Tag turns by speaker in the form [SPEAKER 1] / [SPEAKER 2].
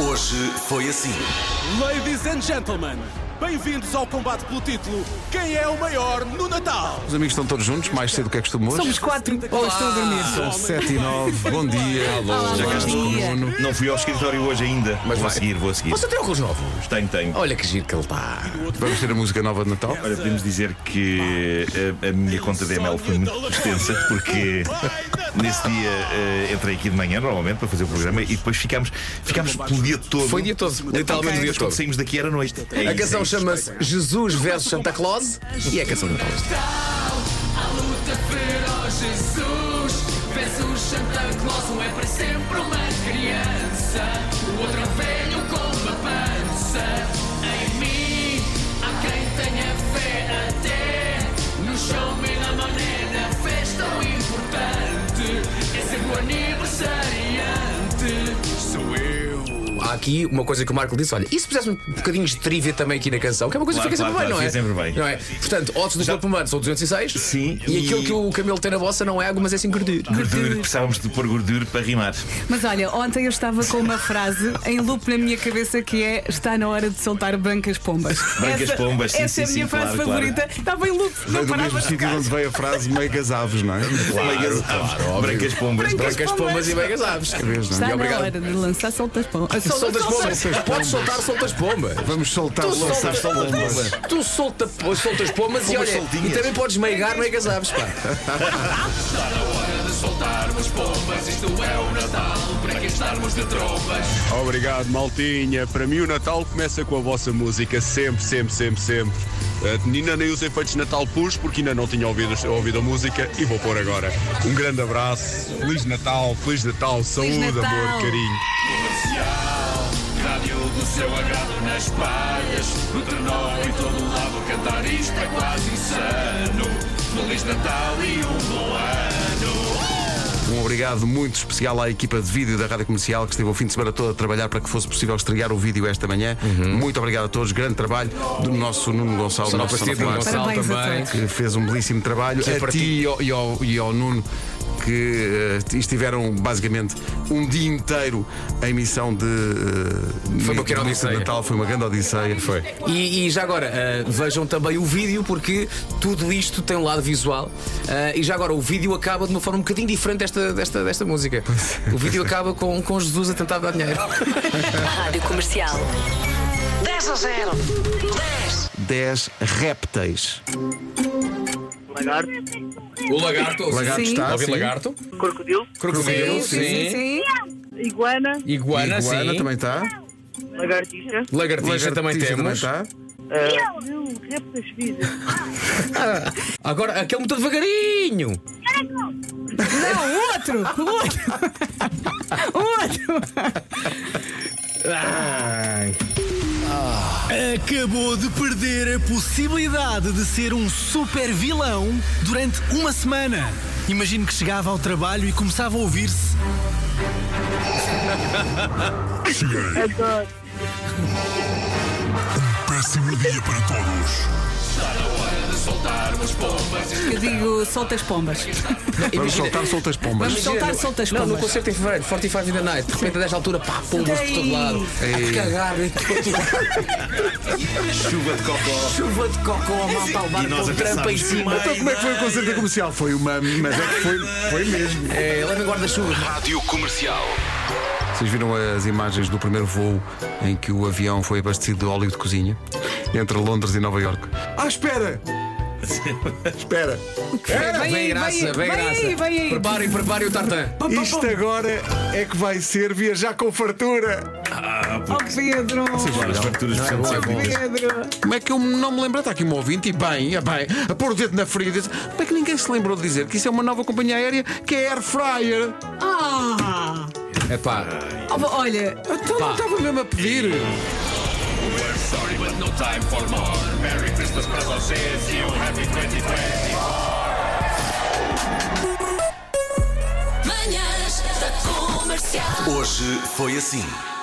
[SPEAKER 1] Hoje foi assim.
[SPEAKER 2] Ladies and gentlemen, bem-vindos ao combate pelo título Quem é o maior no Natal?
[SPEAKER 3] Os amigos estão todos juntos, mais cedo do que é costume hoje.
[SPEAKER 4] Somos quatro. Ou estou a dormir.
[SPEAKER 3] São 7 e 9. Bom dia.
[SPEAKER 4] Olá,
[SPEAKER 5] Já
[SPEAKER 4] bom
[SPEAKER 5] cá estou.
[SPEAKER 4] dia.
[SPEAKER 3] Nuno.
[SPEAKER 5] Não fui ao escritório hoje ainda. Mas vou
[SPEAKER 3] vai.
[SPEAKER 5] seguir, vou seguir.
[SPEAKER 3] tem óculos novos?
[SPEAKER 5] Tenho, tenho.
[SPEAKER 3] Olha que giro que ele está. Vamos ter a música nova de Natal?
[SPEAKER 5] Olha, podemos dizer que a, a minha conta de ML foi muito extensa, porque nesse dia eh, entrei aqui de manhã, normalmente, para fazer o programa, e depois ficámos, ficámos pelo dia todo.
[SPEAKER 6] Foi o dia todo, literalmente o dia
[SPEAKER 5] Mas quando
[SPEAKER 6] todo.
[SPEAKER 5] saímos daqui era noite. É
[SPEAKER 6] A
[SPEAKER 5] isso, é
[SPEAKER 6] canção
[SPEAKER 5] isso.
[SPEAKER 6] chama-se Jesus versus Santa Claus e é a canção de Natal.
[SPEAKER 7] A luta feroz, Jesus versus Santa Claus. Um é para sempre uma criança, o outro é um velho com uma pança. Em mim há quem tenha fé até no chão e na mané. Na festa o importante é ser o aniversariante. Sou eu.
[SPEAKER 6] Há aqui uma coisa que o Marco disse: olha, e se puséssemos um bocadinho de trivia também aqui na canção, que é uma coisa que fica
[SPEAKER 5] Claro,
[SPEAKER 6] sempre
[SPEAKER 5] claro,
[SPEAKER 6] bem, não é?
[SPEAKER 5] claro, fica
[SPEAKER 6] Não é? Portanto, odds do corpo humano são 206
[SPEAKER 5] Sim,
[SPEAKER 6] e,
[SPEAKER 5] e-
[SPEAKER 6] aquilo que o Camelo tem na vossa não é água, mas é sem gordura.
[SPEAKER 5] Gordura, precisávamos de pôr gordura para rimar.
[SPEAKER 4] Mas olha, ontem eu estava com uma frase em loop na minha cabeça que é está na hora de soltar brancas pombas.
[SPEAKER 5] Brancas
[SPEAKER 4] essa,
[SPEAKER 5] pombas, sim,
[SPEAKER 4] Essa é a
[SPEAKER 5] sim,
[SPEAKER 4] minha
[SPEAKER 5] sim,
[SPEAKER 4] frase
[SPEAKER 5] claro,
[SPEAKER 4] favorita. Estava em loop, não
[SPEAKER 3] Veio do
[SPEAKER 4] parava
[SPEAKER 3] mesmo
[SPEAKER 4] de
[SPEAKER 3] sítio
[SPEAKER 4] ficar.
[SPEAKER 3] onde veio a frase meigas aves, não é?
[SPEAKER 5] Meigas aves, brancas pombas.
[SPEAKER 6] Brancas pombas e meias aves.
[SPEAKER 3] Vez, não é?
[SPEAKER 4] Está na
[SPEAKER 6] obrigado.
[SPEAKER 4] hora de lançar soltas pombas. Solta,
[SPEAKER 6] Soltas
[SPEAKER 4] solta.
[SPEAKER 6] pombas, podes soltar soltas pombas.
[SPEAKER 3] Vamos soltar
[SPEAKER 6] Tu
[SPEAKER 3] o lançar
[SPEAKER 6] soltas pombas. Tu solta, soltas pombas e
[SPEAKER 5] Pombas
[SPEAKER 6] olha, e
[SPEAKER 5] soltinhas.
[SPEAKER 6] também podes meigar meigas aves, pá.
[SPEAKER 7] Está na hora de soltarmos pombas. Isto é o Natal para que estarmos de trombas.
[SPEAKER 2] Obrigado, Maltinha. Para mim, o Natal começa com a vossa música, sempre, sempre, sempre, sempre. Eh, Ainda nem os efeitos de Natal pus, porque ainda não tinha ouvido, ouvido a música e vou pôr agora. Um grande abraço, Feliz Natal, Feliz Natal, saúde,
[SPEAKER 4] Natal.
[SPEAKER 2] amor, carinho.
[SPEAKER 7] Rádio do seu agrado nas palhas No trenó em todo lado Cantar isto é quase insano Feliz Natal e um bom ano
[SPEAKER 3] Um obrigado muito especial à equipa de vídeo da Rádio Comercial que esteve o fim de semana todo a trabalhar para que fosse possível estrear o vídeo esta manhã. Muito obrigado a todos. Grande trabalho do nosso Nuno Gonçalves,
[SPEAKER 6] Uhum. Só
[SPEAKER 3] nosso
[SPEAKER 6] pastilha de
[SPEAKER 3] sonoplasta,
[SPEAKER 6] Gonçalo
[SPEAKER 4] Parabéns a
[SPEAKER 6] também.
[SPEAKER 4] todos.
[SPEAKER 3] que fez um belíssimo trabalho.
[SPEAKER 6] Sim,
[SPEAKER 3] a
[SPEAKER 6] para
[SPEAKER 3] ti,
[SPEAKER 6] ti.
[SPEAKER 3] E, ao, e ao- e ao Nuno que eh, estiveram basicamente um dia inteiro em missão de eh,
[SPEAKER 6] Foi uma
[SPEAKER 3] de
[SPEAKER 6] pequena
[SPEAKER 3] missa de
[SPEAKER 6] odisseia.
[SPEAKER 3] Natal, foi uma grande odisseia. Foi.
[SPEAKER 6] E, e já agora, ah, vejam também o vídeo, porque tudo isto tem um lado visual. Ah, e já agora, o vídeo acaba de uma forma um bocadinho diferente desta, desta, desta música.
[SPEAKER 3] é.
[SPEAKER 6] O vídeo acaba com, com Jesus a tentar dar dinheiro.
[SPEAKER 8] Rádio Comercial. 10 a 0. 10.
[SPEAKER 3] 10 répteis.
[SPEAKER 9] Lagarto,
[SPEAKER 6] O lagarto,
[SPEAKER 3] Lagarto
[SPEAKER 4] Sim.
[SPEAKER 3] está,
[SPEAKER 6] Ouvi
[SPEAKER 3] sim.
[SPEAKER 6] lagarto?
[SPEAKER 9] crocodilo,
[SPEAKER 6] Crocodilo,
[SPEAKER 4] Sim, sim, sim.
[SPEAKER 9] iguana,
[SPEAKER 6] Iguana,
[SPEAKER 3] Iguana
[SPEAKER 6] sim.
[SPEAKER 3] também tá. está.
[SPEAKER 9] lagartixa,
[SPEAKER 6] Lagartixa, também
[SPEAKER 3] Lagartixa
[SPEAKER 6] temos.
[SPEAKER 3] está.
[SPEAKER 9] ah, não, répteis vida.
[SPEAKER 6] Agora, aquele muito devagarinho.
[SPEAKER 4] Não, Ah, o outro! O outro! O outro!
[SPEAKER 10] Acabou de perder a possibilidade de ser um super vilão durante uma semana. Imagino que chegava ao trabalho e começava a ouvir-se.
[SPEAKER 9] Adoro.
[SPEAKER 4] Eu digo soltas pombas.
[SPEAKER 3] Vamos
[SPEAKER 6] Imagina-
[SPEAKER 3] soltar soltas pombas.
[SPEAKER 4] Vamos soltar soltas
[SPEAKER 6] Não, no
[SPEAKER 4] pombas.
[SPEAKER 6] concerto em fevereiro, 45 in the night, de repente a desta altura, pá, pombas por todo lado.
[SPEAKER 3] Ei.
[SPEAKER 6] A cagar em todo
[SPEAKER 5] Chuva de cocó.
[SPEAKER 6] Chuva de cocó, malta ao bar
[SPEAKER 5] E nós
[SPEAKER 6] com
[SPEAKER 5] a
[SPEAKER 6] trampa em
[SPEAKER 5] pensarmos,
[SPEAKER 6] cima.
[SPEAKER 3] Então como é que foi o concerto da comercial? Foi uma. Mas é que foi, foi mesmo.
[SPEAKER 6] É, leva guarda-chuva.
[SPEAKER 1] Rádio Comercial.
[SPEAKER 3] Vocês viram as imagens do primeiro voo em que o avião foi abastecido de óleo de cozinha entre Londres e Nova Iorque? Ah, espera! espera!
[SPEAKER 6] Vem
[SPEAKER 4] aí,
[SPEAKER 6] graça,
[SPEAKER 4] vem
[SPEAKER 6] vem
[SPEAKER 4] aí,
[SPEAKER 6] graça.
[SPEAKER 4] vem aí.
[SPEAKER 6] Preparem, preparem o tartan.
[SPEAKER 3] Isto agora é que vai ser viajar com fartura!
[SPEAKER 4] Oh, Pedro!
[SPEAKER 5] As farturas
[SPEAKER 6] é
[SPEAKER 5] precisam de ser comidas.
[SPEAKER 4] Pedro!
[SPEAKER 3] Como é que eu não me lembro? Está aqui um ouvinte e bem, é bem, a pôr o dedo na ferida. Como é que ninguém se lembrou de dizer que isso é uma nova companhia aérea que é Air Fryer?
[SPEAKER 4] Ah!
[SPEAKER 6] É pá,
[SPEAKER 4] Oh, olha,
[SPEAKER 3] Então não estava mesmo a pedir.
[SPEAKER 7] We're sorry but no time for more Merry Christmas para vocês e um Happy 2020
[SPEAKER 8] Manhãs da Comercial.
[SPEAKER 1] Hoje foi assim.